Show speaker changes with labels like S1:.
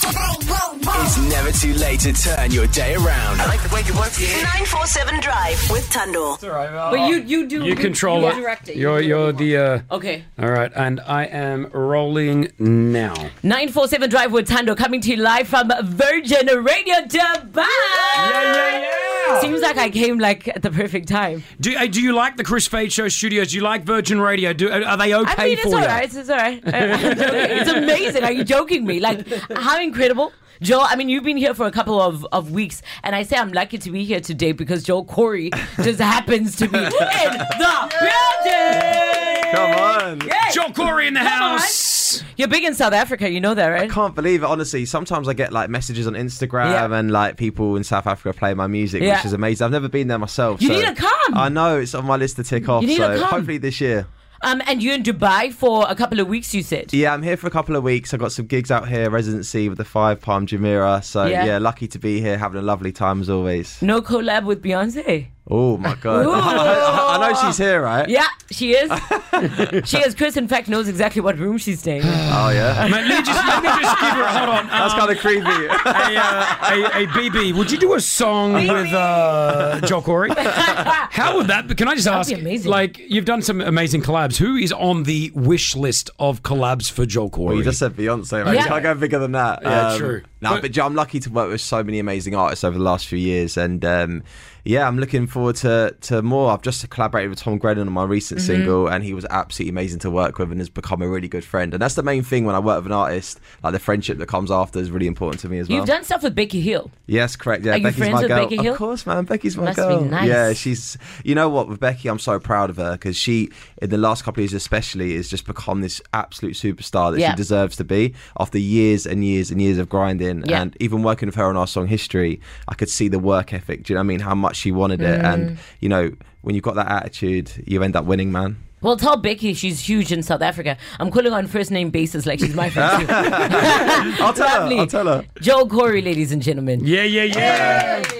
S1: It's never too late to turn your day around.
S2: like the way you work here.
S3: 947 Drive with Tundle.
S4: All right, well,
S5: But you you do
S6: You control
S5: you
S6: it.
S5: Direct it. You
S6: You're
S5: do
S6: you're
S5: what you
S6: the. Uh,
S5: want. okay.
S6: all right, and I am rolling now.
S5: 947 Drive with Tando coming to you live from Virgin Radio Dubai. Seems like I came like at the perfect time.
S6: Do uh, do you like the Chris Fade Show studios? Do you like Virgin Radio? Do are they okay
S5: I mean, it's
S6: for you?
S5: alright. It's alright. it's amazing. Are you joking me? Like, how incredible. Joel, I mean, you've been here for a couple of, of weeks, and I say I'm lucky to be here today because Joel Corey just happens to be in the building.
S7: Come on.
S5: Yes.
S6: Joel Corey in the
S5: on.
S6: house.
S5: You're big in South Africa, you know that, right?
S7: Can't believe it, honestly. Sometimes I get like messages on Instagram
S5: Yeah.
S7: and like people in South Africa play my music,
S5: Yeah.
S7: which is amazing. I've never been there myself.
S5: You
S7: so
S5: need to come.
S7: I know it's on my list to tick off.
S5: You need
S7: so
S5: to come.
S7: hopefully this year.
S5: Um, and you're in Dubai for a couple of weeks, you said.
S7: Yeah, I'm here for a couple of weeks. I've got some gigs out here, residency with the Five Palm Jamira. So
S5: Yeah.
S7: yeah. lucky to be here, having a lovely time as always.
S5: No collab with Beyonce.
S7: Oh my god.
S5: Ooh.
S7: I, I- I know she's here, right?
S5: Yeah, she is. she is. Chris, in fact, knows exactly what room she's staying in.
S7: Oh yeah.
S6: Mate, let me just let me just give her. Hold on.
S7: That's
S6: um,
S7: kind of creepy.
S6: a, uh, a, a BB, would you do a song with uh, Joel Corey? How would that? Can I just ask?
S5: be amazing.
S6: Like you've done some amazing collabs. Who is on the wish list of collabs for Joel Corey?
S7: Well, Oh, you just said Beyonce, right?
S5: Yeah.
S7: You can't go bigger than that.
S6: Yeah, true.
S7: No,
S6: But-
S7: but, Joe, I'm lucky to work with so many amazing artists over the last few years, and um, yeah, I'm looking forward to to more. I've just collaborated with Tom Grennan on my recent
S5: Mm-hmm.
S7: single, and he was absolutely amazing to work with, and has become a really good friend. And that's the main thing when I work with an artist, like the friendship that comes after is really important to me as well.
S5: You've done stuff with Becky Hill.
S7: Yes, correct. Yeah,
S5: Are you
S7: Becky's
S5: friends
S7: my
S5: with
S7: girl.
S5: Becky Hill?
S7: Of course, man. Becky's my
S5: Must be
S7: girl.
S5: nice.
S7: Yeah, she's. You know what? With Becky, I'm so proud of her because she, in the last couple of years especially, has just become this absolute superstar that
S5: Yeah.
S7: she deserves to be after years and years and years of grinding.
S5: Yeah.
S7: And even working with her on our song History, I could see the work ethic. Do you know what I mean? How much she wanted it,
S5: Mm.
S7: and you know, when you've got that attitude, you end up winning, man.
S5: Well, tell Becky she's huge in South Africa. I'm calling her on first name basis like she's my friend too. I'll
S7: tell her, I'll tell her.
S5: Joel Corey, ladies and gentlemen.
S6: yeah, yeah, yeah.